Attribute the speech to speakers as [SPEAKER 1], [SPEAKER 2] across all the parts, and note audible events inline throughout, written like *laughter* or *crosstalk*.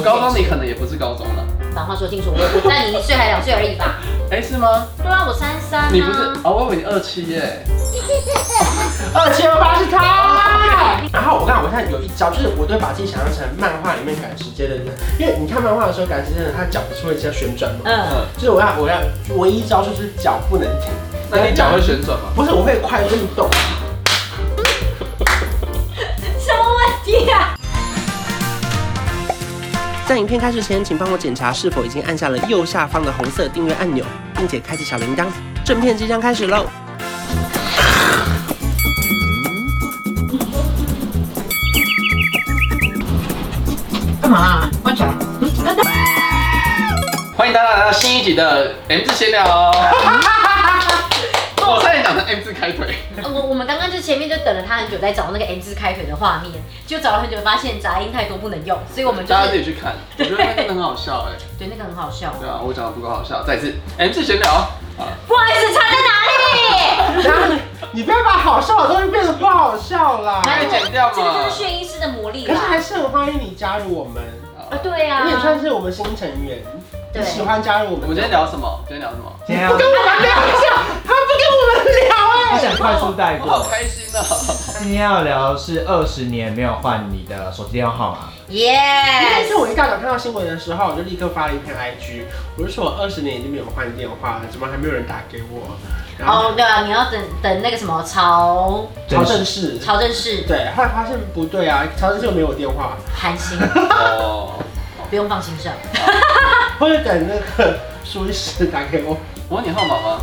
[SPEAKER 1] 高中你可能也不是高中了，
[SPEAKER 2] 把话说清楚，我我在你一岁还两岁而已吧？
[SPEAKER 1] 哎、是吗？
[SPEAKER 2] 对啊，我三三、啊。
[SPEAKER 1] 你不是？哦，我以为你二七耶，二七二八是他。
[SPEAKER 3] 然后我刚我现在有一招，就是我都会把自己想象成漫画里面赶时间的人，因为你看漫画的时候赶时间的人，他脚不是会这样旋转吗？
[SPEAKER 2] 嗯，
[SPEAKER 3] 就是我要我要唯一一招就是脚不能停，
[SPEAKER 1] 那你脚会旋转吗？
[SPEAKER 3] 不是我会快运动，
[SPEAKER 2] 什么问题啊？
[SPEAKER 3] 在影片开始前，请帮我检查是否已经按下了右下方的红色订阅按钮，并且开启小铃铛。正片即将开始喽！
[SPEAKER 2] 干嘛、啊？关起来。
[SPEAKER 1] 欢迎大家来到新一集的 M 字闲聊哦。我差点讲成 M 字开腿，
[SPEAKER 2] 呃我我们刚刚就前面就等了他很久，在找那个 M 字开腿的画面，就找了很久，发现杂音太多不能用，所以我们就
[SPEAKER 1] 大家自己
[SPEAKER 2] 是
[SPEAKER 1] 去看，我觉得那真的很好笑哎。
[SPEAKER 2] 对那个很好笑。
[SPEAKER 1] 对啊，我讲的不够好笑，再一次 M 字闲聊啊。
[SPEAKER 2] 不好意思，差在哪里？
[SPEAKER 3] *laughs* 你不要把好笑的东西变得不好笑啦！
[SPEAKER 1] 可以剪掉吗
[SPEAKER 2] 哎这个就是炫医师的魔力
[SPEAKER 3] 可是还
[SPEAKER 2] 啦。
[SPEAKER 3] 是很欢迎你加入我们，
[SPEAKER 2] 啊，对啊
[SPEAKER 3] 你。也算是我们新成员，
[SPEAKER 2] 对
[SPEAKER 3] 你喜欢加入我
[SPEAKER 1] 我
[SPEAKER 3] 们。
[SPEAKER 1] 们今天聊什么？今天聊什么？
[SPEAKER 4] 今天
[SPEAKER 3] 不
[SPEAKER 4] 要
[SPEAKER 3] 跟我们聊一下，他不跟我们聊
[SPEAKER 4] 我
[SPEAKER 3] 哎、
[SPEAKER 4] 想快速带
[SPEAKER 1] 我好
[SPEAKER 4] 过。
[SPEAKER 1] 开心啊！
[SPEAKER 4] 今天要聊的是二十年没有换你的手机电话号码。
[SPEAKER 3] 但是
[SPEAKER 2] Yes。
[SPEAKER 3] 我一大早看到新闻的时候，我就立刻发了一篇 IG，我就说我二十年已经没有换电话了，怎么还没有人打给我？然后
[SPEAKER 2] 哦，对啊，你要等等那个什么曹
[SPEAKER 3] 曹正式，
[SPEAKER 2] 曹正式
[SPEAKER 3] 对，后来发现不对啊，曹正式又没有我电话，
[SPEAKER 2] 韩星，
[SPEAKER 1] 哦，
[SPEAKER 2] 不用放心上。
[SPEAKER 3] 或者等那个 *laughs* 苏医师打给我。
[SPEAKER 1] 我问你号码吗？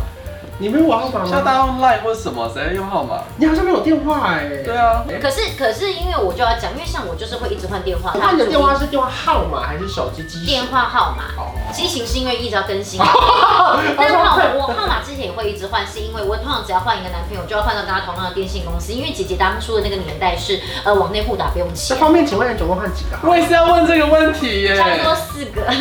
[SPEAKER 3] 你没有我号码
[SPEAKER 1] 现在
[SPEAKER 3] 吗？
[SPEAKER 1] 大家用 Line 或者什么，谁在用号码？
[SPEAKER 3] 你好像没有电话哎、
[SPEAKER 1] 对啊，
[SPEAKER 3] 哎
[SPEAKER 2] 可是可是因为我就要讲，因为像我就是会一直换电话，
[SPEAKER 3] 那你的电话是电话号码还是手机机？
[SPEAKER 2] 电。话号码。
[SPEAKER 3] 哦。
[SPEAKER 2] 机型是因为一直要更 *laughs* 新，但是号码我号码之前也会一直换，是因为我通常只要换一个男朋友，就要换到跟他同样的电信公司，因为姐姐当初的那个年代是呃往内互打不用 *laughs*
[SPEAKER 3] 这
[SPEAKER 2] 钱，
[SPEAKER 3] 方面，请问你总共换几个号？
[SPEAKER 1] 我也是要问这个问题耶。
[SPEAKER 2] 差不多四个。 *laughs*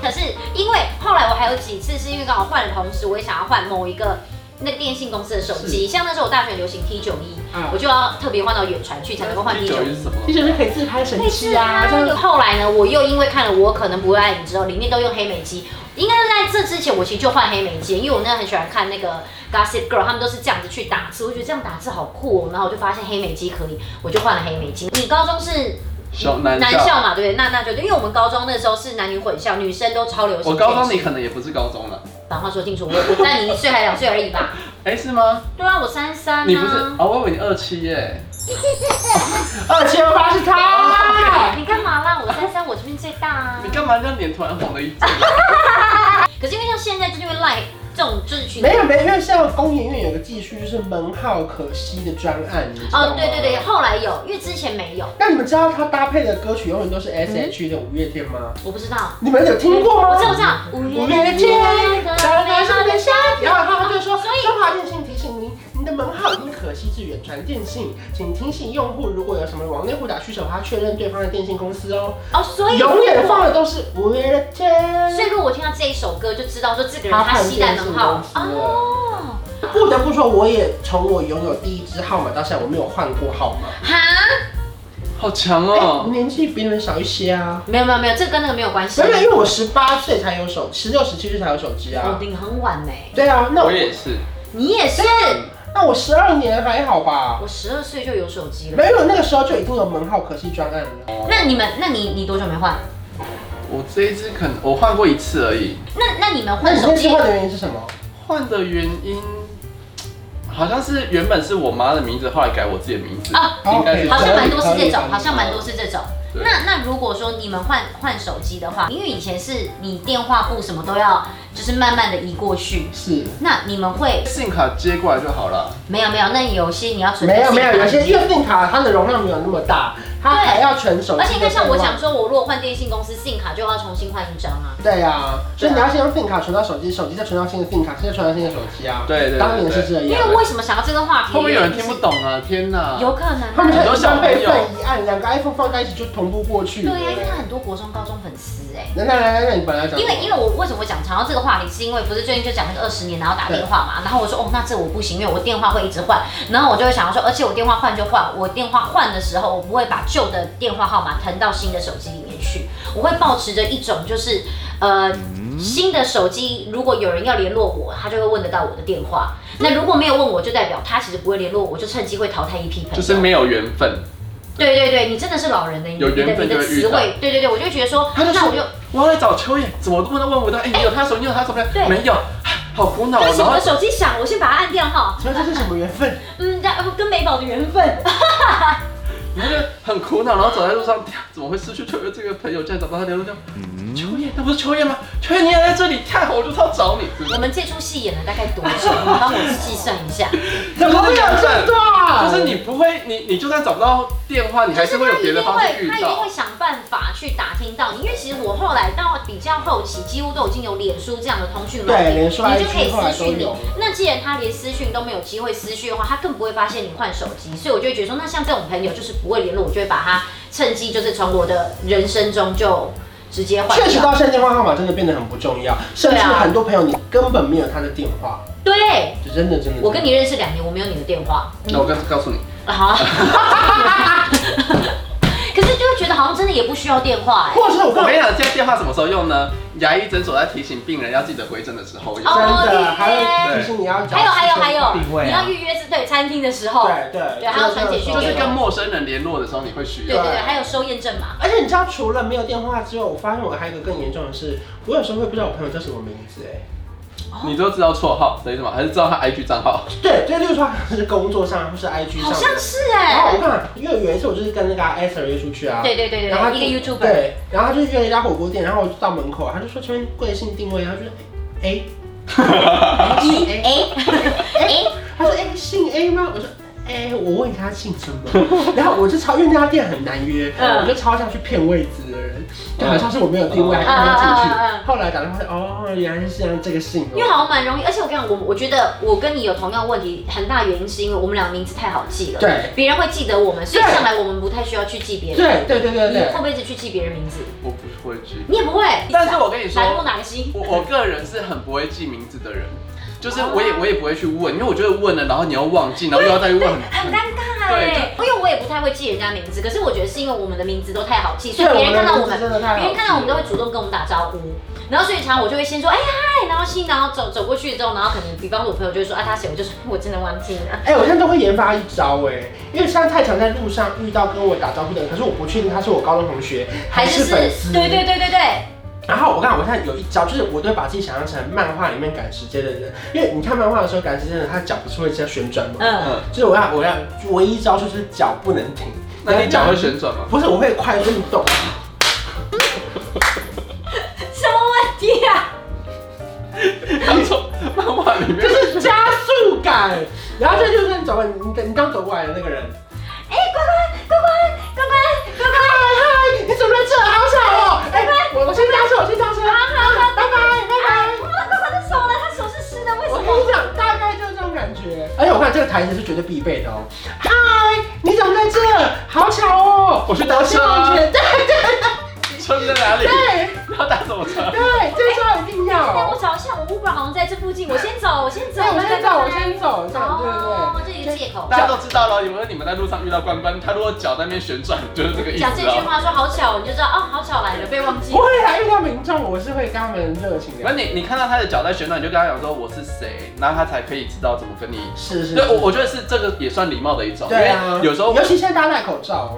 [SPEAKER 2] 可是因为后来我还有几次是因为刚好换的同时，我也想要换某一个那个电信公司的手机，像那时候我大学流行 T 九一
[SPEAKER 3] 嗯，
[SPEAKER 2] 我就要特别换到远传去才能够换哦 T 九
[SPEAKER 1] 九
[SPEAKER 2] 一
[SPEAKER 1] 一。是什么？
[SPEAKER 3] 你只是可以自拍神
[SPEAKER 2] 类
[SPEAKER 3] 器
[SPEAKER 2] 似
[SPEAKER 3] 啊，
[SPEAKER 2] 啊
[SPEAKER 3] 这样。。
[SPEAKER 2] 后来呢，我又因为看了《我可能不会爱你》之后，里面都用黑莓机。应该是在这之前，我其实就换黑莓机，因为我那很喜欢看那个 Gossip Girl，他们都是这样子去打字，我觉得这样打字好酷哦、然后我就发现黑莓机可以，我就换了黑莓机。你高中是
[SPEAKER 1] 小男
[SPEAKER 2] 嗯男
[SPEAKER 1] 校。
[SPEAKER 2] 校嘛，对不对？那那就对，因为我们高中那时候是男女混校，女生都超流行。
[SPEAKER 1] 我高中你可能也不是高中了。
[SPEAKER 2] 把话说清楚，我我在你一岁还两岁而已吧？
[SPEAKER 1] 哎、是吗？
[SPEAKER 2] 对啊，我三三、啊。
[SPEAKER 1] 你不是？哦，我以为你二七耶。
[SPEAKER 3] 二七二八是他。
[SPEAKER 2] 哎你干嘛啦？我三三，我这边最大啊
[SPEAKER 1] 你。干嘛这样脸突然红了
[SPEAKER 2] *laughs*
[SPEAKER 1] 一阵？
[SPEAKER 2] 可是因为像现在就是因为 Line 这种就是群
[SPEAKER 3] 没有没有，因为像工研院有个技术就是门号可惜的专案，你知道吗
[SPEAKER 2] 哦，对对对，。后来有，因为之前没有，
[SPEAKER 3] 那你们知道他搭配的歌曲永远都是 S H E 的五月天吗？
[SPEAKER 2] 我不知道。
[SPEAKER 3] 你们有听过吗？
[SPEAKER 2] 我知道，我知道。五
[SPEAKER 3] 五
[SPEAKER 2] 月
[SPEAKER 3] 月
[SPEAKER 2] 的
[SPEAKER 3] 天
[SPEAKER 2] 天，
[SPEAKER 3] 早
[SPEAKER 2] 早上
[SPEAKER 3] 上上
[SPEAKER 2] 上
[SPEAKER 3] 的
[SPEAKER 2] 的
[SPEAKER 3] 夏
[SPEAKER 2] 夏
[SPEAKER 3] 天，
[SPEAKER 2] 天
[SPEAKER 3] 然后他就说，
[SPEAKER 2] 所以
[SPEAKER 3] 中华电信提醒您，您的门号因可惜致远传电信，请提醒用户如果有什么往内互打需求，还要确认对方的电信公司哦。
[SPEAKER 2] 哦，所以
[SPEAKER 3] 永远放的都是五月天。
[SPEAKER 2] 所以如果我听到这一首歌，就知道说这个人他携带门号
[SPEAKER 3] 他很
[SPEAKER 2] 哦。
[SPEAKER 3] 不得不说，我也从我拥有第一支号码到现在，我没有换过号码。
[SPEAKER 2] 哈，
[SPEAKER 1] 好强
[SPEAKER 3] 哦、
[SPEAKER 2] 哎
[SPEAKER 1] 哦、
[SPEAKER 3] 年纪比你们小一些啊。
[SPEAKER 2] 没有没有没有，这跟那个没有关系
[SPEAKER 3] 没。有，因为我十八岁才有手，十六、十七岁才有手机
[SPEAKER 2] 我
[SPEAKER 3] 啊。
[SPEAKER 2] 哦顶很晚呢，
[SPEAKER 3] 对啊，那
[SPEAKER 1] 哦我
[SPEAKER 3] 我
[SPEAKER 1] 也是。
[SPEAKER 2] 你也是。
[SPEAKER 3] 那我十二年还好吧？
[SPEAKER 2] 我十二岁就有手机了。
[SPEAKER 3] 没有，那个时候就已经有门号可惜专案了。
[SPEAKER 2] 那你们，那你你多久没换？
[SPEAKER 1] 我这一支可能我换过一次而已。
[SPEAKER 2] 那那你们
[SPEAKER 3] 那
[SPEAKER 2] 换
[SPEAKER 3] 你
[SPEAKER 2] 手
[SPEAKER 3] 那次
[SPEAKER 2] 机
[SPEAKER 3] 换的原因是什么？
[SPEAKER 1] 换的原因好像是原本是我妈的名字，后来改我自己的名字。
[SPEAKER 2] 啊？
[SPEAKER 1] 应该是
[SPEAKER 2] 好像蛮多是
[SPEAKER 3] 可
[SPEAKER 2] 这
[SPEAKER 3] 以
[SPEAKER 2] 种，
[SPEAKER 3] 可以
[SPEAKER 2] 好像蛮多是这种。
[SPEAKER 1] 对
[SPEAKER 2] 那那如果说你们换换手机的话，因为以前是你电话簿什么都要，就是慢慢的移过去。
[SPEAKER 3] 是。
[SPEAKER 2] 那你们会
[SPEAKER 1] 信卡接过来就好了。
[SPEAKER 2] 没有没有？那有些你要存
[SPEAKER 3] 没有没有，有些
[SPEAKER 2] 信用卡
[SPEAKER 3] 月份卡它的容量没有那么大，它
[SPEAKER 2] 对
[SPEAKER 3] 还要存手机。
[SPEAKER 2] 而且你看，像我想，说，我如果换电信公司信卡，就要重新换一张啊。
[SPEAKER 3] 对啊，所
[SPEAKER 2] 对
[SPEAKER 3] 以
[SPEAKER 2] 啊
[SPEAKER 3] 你要先用 SIM 卡存到手机，手机再存到新的 SIM 卡，现在存到新的手机啊。
[SPEAKER 1] 对对对
[SPEAKER 3] 当年是这
[SPEAKER 2] 因
[SPEAKER 3] 样
[SPEAKER 2] 为。为什么想要这个话题？
[SPEAKER 1] 会不会有人听不？懂啊？天哪！
[SPEAKER 2] 有可能
[SPEAKER 3] 他们
[SPEAKER 2] 啊。
[SPEAKER 3] 很
[SPEAKER 1] 很
[SPEAKER 3] 多
[SPEAKER 1] 多
[SPEAKER 3] 小
[SPEAKER 1] 小
[SPEAKER 3] 辈
[SPEAKER 1] 朋友
[SPEAKER 3] 分一按，两个 iPhone 放在一起就同步过去
[SPEAKER 2] 对
[SPEAKER 3] 了。
[SPEAKER 2] 呀，因为很多国中、高中粉丝哎。
[SPEAKER 3] 来来来，那你本来讲什么，
[SPEAKER 2] 因为因为我为什么会讲长到这个话题，是因为不是最近就讲那个二十年，然后打电话嘛，然后我说哦，那这我不行，因为我电话会一直换，然后我就会想要说，而且我电话换就换，我电话换的时候我不会把旧的电话号码腾到新的手机里面去。我会保持着一种就是，呃，
[SPEAKER 1] 嗯
[SPEAKER 2] 新的手机如果有人要联络我，他就会问得到我的电话。那如果没有问我，就代表他其实不会联络我，我就趁机会淘汰一批朋友。
[SPEAKER 1] 就是没有缘分，
[SPEAKER 2] 对对对，你真的是老人的，你
[SPEAKER 1] 有缘分
[SPEAKER 2] 你的
[SPEAKER 1] 就
[SPEAKER 2] 你的
[SPEAKER 1] 会遇
[SPEAKER 2] 词
[SPEAKER 1] 到
[SPEAKER 2] 汇，对对对，我就会觉得说，
[SPEAKER 1] 他就
[SPEAKER 2] 那
[SPEAKER 1] 说
[SPEAKER 2] 我就
[SPEAKER 1] 我要来找秋叶，怎么都不能问我到，哎，你有他手机，你有他手机
[SPEAKER 2] 对
[SPEAKER 1] 没有，好苦恼
[SPEAKER 2] 对
[SPEAKER 1] 哦。
[SPEAKER 2] 不起，
[SPEAKER 1] 然
[SPEAKER 2] 我
[SPEAKER 1] 后
[SPEAKER 2] 的手机响，我先把它按掉哈。
[SPEAKER 3] 请问这是什么缘分？
[SPEAKER 2] 嗯，那呃跟美宝的缘分，
[SPEAKER 1] 你那个很苦恼，然后走在路上，天怎么会失去秋叶这个朋友？竟然找不到他联络掉，秋叶，那不是秋叶吗？秋叶，你也在这里，太好，我就是要找你。
[SPEAKER 2] *laughs* 我们这出戏演了大概多久？你帮我计算一 *laughs* 下，
[SPEAKER 3] 怎么会有这
[SPEAKER 2] 啊
[SPEAKER 3] 段？
[SPEAKER 1] 就是你不会，你你就算找不到电话，你还是会有别的方
[SPEAKER 2] 他一
[SPEAKER 1] 式
[SPEAKER 2] 定
[SPEAKER 1] 遇
[SPEAKER 2] 会，他一定
[SPEAKER 1] 到
[SPEAKER 2] 会。想办法去打听到你，因为其实我后来到比较后期，几乎都已经有脸书这样的通讯软
[SPEAKER 3] 对
[SPEAKER 2] 件，
[SPEAKER 3] 脸书
[SPEAKER 2] 你就可
[SPEAKER 3] IG
[SPEAKER 2] 以
[SPEAKER 3] 后来
[SPEAKER 2] 私
[SPEAKER 3] 都
[SPEAKER 2] 讯你
[SPEAKER 3] 有。
[SPEAKER 2] 那既然他连私讯都没有机会私讯的话，他更不会发现你换手机，所以我就会觉得说，那像这种朋友就是不会联络，我就会把他趁机就是从我的人生中就直接换
[SPEAKER 3] 确实，
[SPEAKER 2] 掉。
[SPEAKER 3] 到现在电话号码真的变得很不重要，甚至
[SPEAKER 2] 对啊
[SPEAKER 3] 很多朋友你根本没有他的电话，
[SPEAKER 2] 对，
[SPEAKER 3] 就真的真的。
[SPEAKER 2] 我跟你认识两年，我没有你的电话。
[SPEAKER 1] 那我告告诉你，
[SPEAKER 2] 啊好啊。 *laughs* 可是就会觉得好像真的也不需要电话哎、
[SPEAKER 3] 或者是我
[SPEAKER 1] 我
[SPEAKER 3] 跟
[SPEAKER 1] 跟
[SPEAKER 3] 你
[SPEAKER 1] 你讲，现在电话什么时候用呢？牙医诊所在提醒病人要记得回诊的时候用。
[SPEAKER 2] 哦
[SPEAKER 3] 真的，还
[SPEAKER 2] 哦
[SPEAKER 3] 有
[SPEAKER 1] 对
[SPEAKER 3] 就是你要找
[SPEAKER 2] 还有还有还有
[SPEAKER 4] 定位，啊
[SPEAKER 2] 你要预约是对餐厅的时候，
[SPEAKER 3] 对对
[SPEAKER 2] 对还有传简讯
[SPEAKER 1] 就
[SPEAKER 2] 给
[SPEAKER 1] 是
[SPEAKER 2] 我
[SPEAKER 1] 跟陌生人联络的时候，你会需
[SPEAKER 2] 对
[SPEAKER 1] 要
[SPEAKER 2] 对。对，还有收验证码。
[SPEAKER 3] 而且你知道，除了没有电话之外，我发现我还有一个更严重的是，我有时候会不知道我朋友叫什么名字哎。
[SPEAKER 1] 你都知道绰号的意思吗？还是知道他 IG 账号？
[SPEAKER 3] 对，就例如说好像是工作上或是 IG 上
[SPEAKER 2] 好
[SPEAKER 3] 的。
[SPEAKER 2] 像是
[SPEAKER 3] 然后
[SPEAKER 2] 哎、
[SPEAKER 3] 我看，因为有一次我就是跟那个 a s r 约出去啊，
[SPEAKER 2] 对对对对
[SPEAKER 3] 然后他
[SPEAKER 2] 对，一个 YouTuber，
[SPEAKER 3] 对，然后他就约了一家火锅店，然后我就到门口，他就说请问贵姓定位，然后就说哎，
[SPEAKER 2] 一 A A，
[SPEAKER 3] 他说哎、姓 A 吗？我说哎、我问他姓什么， *laughs* 然后我就超，因为那家店很难约，
[SPEAKER 2] 嗯
[SPEAKER 3] 我就超想去骗位置的人，就好像是我没有定位，还是没有
[SPEAKER 2] 嗯
[SPEAKER 3] 进
[SPEAKER 2] 嗯嗯嗯
[SPEAKER 3] 去。后来打电话哦，原来是这样这个姓
[SPEAKER 2] 因为
[SPEAKER 3] 哦。
[SPEAKER 2] 好像蛮容易，而且我跟你讲，我我觉得我跟你有同样问题，很大原因是因为我们俩名字太好记了，
[SPEAKER 3] 对
[SPEAKER 2] 别人会记得我们，所以
[SPEAKER 3] 对
[SPEAKER 2] 向来我们不太需要去记别人。
[SPEAKER 3] 对对对对
[SPEAKER 2] 你会
[SPEAKER 3] 对
[SPEAKER 2] 不，会一直去记别人名字？
[SPEAKER 1] 我不会记。
[SPEAKER 2] 你也不会。
[SPEAKER 1] 但是我跟你说
[SPEAKER 2] 哪个木哪个心？
[SPEAKER 1] 我我个人是很不会记名字的人，就是我也我也不会去问，因为我觉得问了，然后你要忘记，然后又要再问，
[SPEAKER 2] 很 *laughs* 尴尬
[SPEAKER 1] 对
[SPEAKER 2] 哎，因为我也不太会记人家名字，可是我觉得是因为我们的名字都太好记，所以
[SPEAKER 3] 对
[SPEAKER 2] 别人看到我
[SPEAKER 3] 我们
[SPEAKER 2] 们，
[SPEAKER 3] 的名字真的太好记
[SPEAKER 2] 别人看到我们都会主动跟我们打招呼，然后所以常常我就会先说哎嗨，然后心，然后走走过去之后，然后可能比方说我朋友就会说啊他谁，我就说我真的忘记了，
[SPEAKER 3] 哎、我现在都会研发一招哎、因为现在太常在路上遇到跟我打招呼的人，可是我不确定他是我高中同学还是粉丝。
[SPEAKER 2] 对对对对对，
[SPEAKER 3] 然后我看我现在有一招，就是我都会把自己想象成漫画里面赶时间的人，因为你看漫画的时候赶时间的人，他脚不是会这样旋转吗？
[SPEAKER 2] 嗯，
[SPEAKER 1] 嗯，
[SPEAKER 3] 就是我要我要唯一一招就是脚不能停。
[SPEAKER 1] 那你脚会旋转吗？
[SPEAKER 3] *laughs* 不是，我会快运动。
[SPEAKER 2] 什么问题啊？
[SPEAKER 1] 当做 *laughs* 漫画里面
[SPEAKER 3] 就。是加速感。然后这就是你走过来，你你你刚走过来的那个人，
[SPEAKER 2] 哎，乖乖乖乖乖乖
[SPEAKER 3] 嗨嗨，你怎么在这？好巧哦！哎，我我先搭车，我先搭车。好好好，拜拜拜拜。
[SPEAKER 2] 乖，哇乖乖的手了，他手是湿的，为什
[SPEAKER 3] 我
[SPEAKER 2] 么
[SPEAKER 3] 跟？你讲，大概就是这种感觉。而且哎我看这个台词是绝对必备的哦。嗨，你怎么在这？好巧哦！
[SPEAKER 1] 我去搭车啊
[SPEAKER 3] 对对
[SPEAKER 1] 车在哪里？ *laughs*
[SPEAKER 3] 对
[SPEAKER 1] 要打什么车？
[SPEAKER 3] 对，这招一定
[SPEAKER 2] 那我
[SPEAKER 3] 要。哎
[SPEAKER 2] 找一下，我 Uber 好像在这附近，我先走，我先走，
[SPEAKER 3] 对，我先走，我
[SPEAKER 2] 拜拜
[SPEAKER 3] 先走，这样对
[SPEAKER 2] 哦
[SPEAKER 3] 对，
[SPEAKER 2] 这是一个借口。
[SPEAKER 1] 大家都知道了，有没有你们在路上遇到关关，他如果脚在那边旋转，就是这个意
[SPEAKER 2] 讲
[SPEAKER 1] 思
[SPEAKER 2] 这句
[SPEAKER 1] 哦。
[SPEAKER 2] 话说好巧，你就知道哦，好巧来了，被忘记
[SPEAKER 3] 对。不。会啊，遇到民众我是会跟他们热情
[SPEAKER 1] 那
[SPEAKER 3] 的。
[SPEAKER 1] 你你看到他的脚在旋转，你就跟他讲说我是谁，然后他才可以知道怎么跟你。
[SPEAKER 3] 是是。
[SPEAKER 1] 对，我我觉得是这个也算礼貌的一种，因
[SPEAKER 3] 对啊
[SPEAKER 1] 为，有时候
[SPEAKER 3] 尤其现在大家戴口罩哦。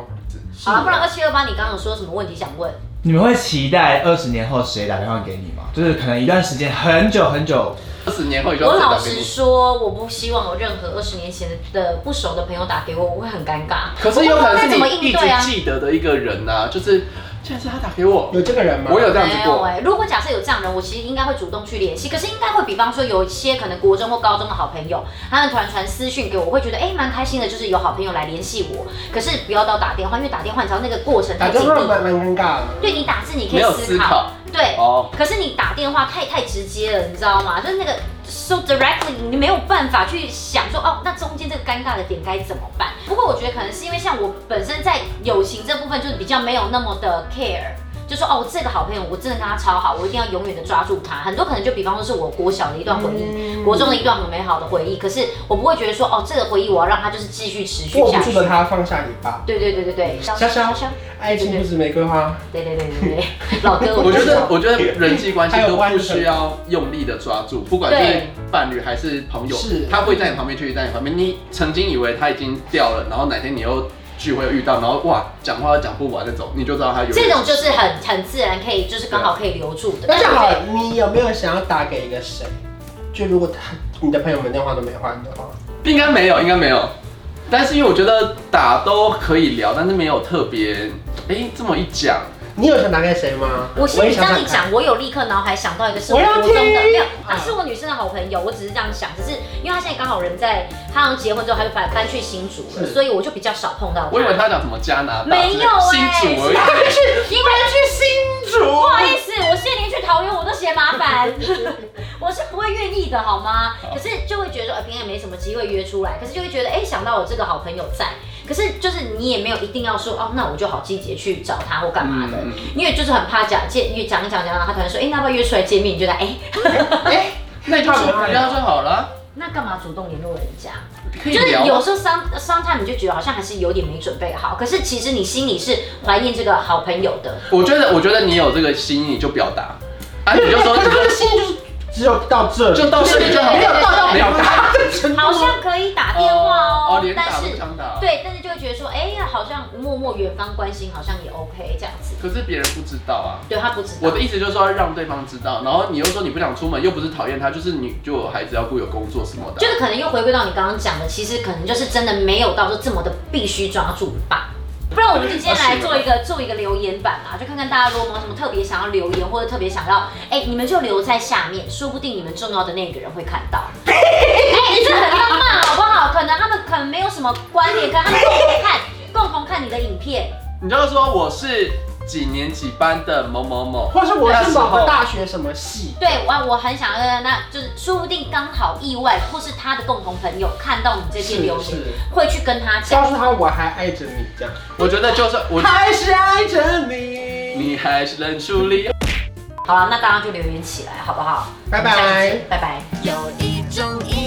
[SPEAKER 2] 好了，不然二七二八，你刚刚有说什么问题想问？
[SPEAKER 4] 你们会期待二十年后谁打电话给你吗？就是可能一段时间很久很久，
[SPEAKER 1] 二十年后你就要
[SPEAKER 2] 我
[SPEAKER 1] 知
[SPEAKER 2] 老
[SPEAKER 1] 道给
[SPEAKER 2] 实
[SPEAKER 1] 你。
[SPEAKER 2] 说，我不希望有任何二十年前的不熟的朋友打给我，我会很尴尬。
[SPEAKER 1] 可是有可能是
[SPEAKER 2] 我不知道该怎么
[SPEAKER 1] 你一
[SPEAKER 2] 应
[SPEAKER 1] 直
[SPEAKER 2] 对啊
[SPEAKER 1] 记得的一个人呐、就是竟然是他打给我，
[SPEAKER 3] 有这个人吗？
[SPEAKER 1] 我有这样子
[SPEAKER 2] 没有
[SPEAKER 1] 过。
[SPEAKER 2] 哎、如果假设有这样的人，我其实应该会主动去联系。可是应该会，比方说有一些可能国中或高中的好朋友，他们突然传私讯给我，我会觉得哎蛮、开心的，就是有好朋友来联系我。可是不要到打电话，因为打电话你知道那个过程
[SPEAKER 3] 打
[SPEAKER 2] 太紧
[SPEAKER 3] 电话
[SPEAKER 2] 密。
[SPEAKER 3] 蛮蛮尴尬的。
[SPEAKER 2] 对你打字你可
[SPEAKER 1] 没
[SPEAKER 2] 以
[SPEAKER 1] 有思考
[SPEAKER 2] 对，
[SPEAKER 1] 哦，
[SPEAKER 2] 可是你打电话太太直接了，你知道吗？就是那个 so directly，你没有办法去想说哦，那中间这个尴尬的点该怎么办？不过我觉得可能是因为像我本身在友情这部分就是比较没有那么的 care。就说哦，这个好朋友我真的跟他超好，我一定要永远的抓住他。很多可能就比方说是我国小的一段回忆，
[SPEAKER 3] 嗯
[SPEAKER 2] 国中的一段很美好的回忆，可是我不会觉得说哦，这个回忆我要让它就是继续持续
[SPEAKER 3] 握
[SPEAKER 2] 下
[SPEAKER 3] 不
[SPEAKER 2] 去
[SPEAKER 3] 住。的他放下你吧，
[SPEAKER 2] 对对对对
[SPEAKER 3] *laughs*
[SPEAKER 2] 对，潇
[SPEAKER 3] 潇潇，爱情不止玫瑰花。
[SPEAKER 2] 对对对对
[SPEAKER 3] *laughs*
[SPEAKER 2] 对，老哥，
[SPEAKER 1] 我觉
[SPEAKER 2] 知道
[SPEAKER 1] 得，我觉得人际关系都不需要用力的抓住，不管是
[SPEAKER 2] 对
[SPEAKER 1] 伴侣还是朋友
[SPEAKER 3] 是，
[SPEAKER 1] 他会在你旁边，就会在你旁边。你曾经以为他已经掉了，然后哪天你又聚会又遇到，然后哇，讲话又讲不完那种，你就知道他有
[SPEAKER 2] 这种就是很很自然，可以就是刚好可以留住的。
[SPEAKER 3] 大家
[SPEAKER 2] 是
[SPEAKER 3] 好
[SPEAKER 2] 我觉得，
[SPEAKER 3] 你有没有想要打给一个谁？就如果他你的朋友们电话都没换的话，
[SPEAKER 1] 应该没有，应该没有。但是因为我觉得打都可以聊，但是没有特别，哎，这么一讲，
[SPEAKER 3] 你有想打给谁吗？
[SPEAKER 2] 我心里这
[SPEAKER 3] 想
[SPEAKER 2] 样一
[SPEAKER 3] 看
[SPEAKER 2] 讲，我有立刻脑海想到一个是我
[SPEAKER 3] 我要
[SPEAKER 2] 国中的，
[SPEAKER 3] 听
[SPEAKER 2] 没有，她
[SPEAKER 3] 啊
[SPEAKER 2] 是我女生的好朋友，我只是这样想，只是因为她现在刚好人在，她好像结婚之后她就搬搬去新竹了，
[SPEAKER 3] 是
[SPEAKER 2] 所以我就比较少碰到她。
[SPEAKER 1] 我以为他讲什么加拿大之类的，
[SPEAKER 2] 没有
[SPEAKER 1] 新
[SPEAKER 2] 哎、
[SPEAKER 1] 主而已。
[SPEAKER 2] 去，因为去新竹。不好意思，我现在连去桃园我都嫌麻烦， *laughs* 我是不会愿意的，好吗？可是就会觉得说，呃，平常也没什么机会约出来，可是就会觉得，哎、想到我这个好朋友在，可是就是你也没有一定要说，哦，那我就好季节去找他或干嘛的，
[SPEAKER 1] *laughs* 嗯嗯
[SPEAKER 2] 因为就是很怕讲见，越讲一讲讲，然后他突然说，哎、那要不要约出来见面？你觉得，哎、
[SPEAKER 1] 那你就说不要就好了，
[SPEAKER 2] 那干嘛主动联络人家？
[SPEAKER 1] 可以
[SPEAKER 2] 就是
[SPEAKER 1] 聊。啊
[SPEAKER 2] 有时候 some sometime 你就觉得好像还是有点没准备好，可是其实你心里是怀念这个好朋友的，
[SPEAKER 1] 我觉得，我觉得你有这个心，你就表达，啊，你就说，
[SPEAKER 3] 可
[SPEAKER 1] 你
[SPEAKER 3] 是他的
[SPEAKER 1] 就
[SPEAKER 3] 心就是只有到这里，
[SPEAKER 1] 就到这里就好
[SPEAKER 3] 没有到要表达的程度。
[SPEAKER 2] 好像可以打电话哦，
[SPEAKER 1] 连
[SPEAKER 2] 但
[SPEAKER 1] 打都不
[SPEAKER 2] 是
[SPEAKER 1] 想打。
[SPEAKER 2] 对，但是就会觉得说，哎、呀，好像默默远方关心，好像也 OK 这样子。
[SPEAKER 1] 可是别人不知道啊。
[SPEAKER 2] 对他不知
[SPEAKER 1] 我
[SPEAKER 2] 道
[SPEAKER 1] 的，意思就是说要让对方知道，然后你又说你不想出门，又不是讨厌他，就是你就有孩子要顾有工作什么的。
[SPEAKER 2] 就是可能又回归到你刚刚讲的，其实可能就是真的没有到说这么的必须抓住吧。不然我们就今天来做一
[SPEAKER 1] 啊
[SPEAKER 2] 个做一个留言板啊，就看看大家如果有没有什么特别想要留言，或者特别想要，哎、你们就留在下面，说不定你们重要的那个人会看到。 *laughs* 哎、这很浪漫好不好？可能他们可能没有什么关联，可能他们共同看共同看你的影片，
[SPEAKER 1] 你就要说我是几年几班的某某某，
[SPEAKER 3] 或是我是某个大学什么系，
[SPEAKER 2] 对，我我很想要，那就是说不定刚好意外，或是他的共同朋友看到你这
[SPEAKER 3] 是
[SPEAKER 2] 篇留言，
[SPEAKER 3] 是，
[SPEAKER 2] 会去跟他
[SPEAKER 3] 告
[SPEAKER 2] 讲。
[SPEAKER 3] 诉他我还爱着你这样，
[SPEAKER 1] 我觉得就算我
[SPEAKER 3] 还是爱着你。
[SPEAKER 1] 你还是冷处理。
[SPEAKER 2] 啊好了，那大家就留言起来，好不好？
[SPEAKER 3] 拜拜
[SPEAKER 2] 我们下一集拜拜。
[SPEAKER 5] 有一种音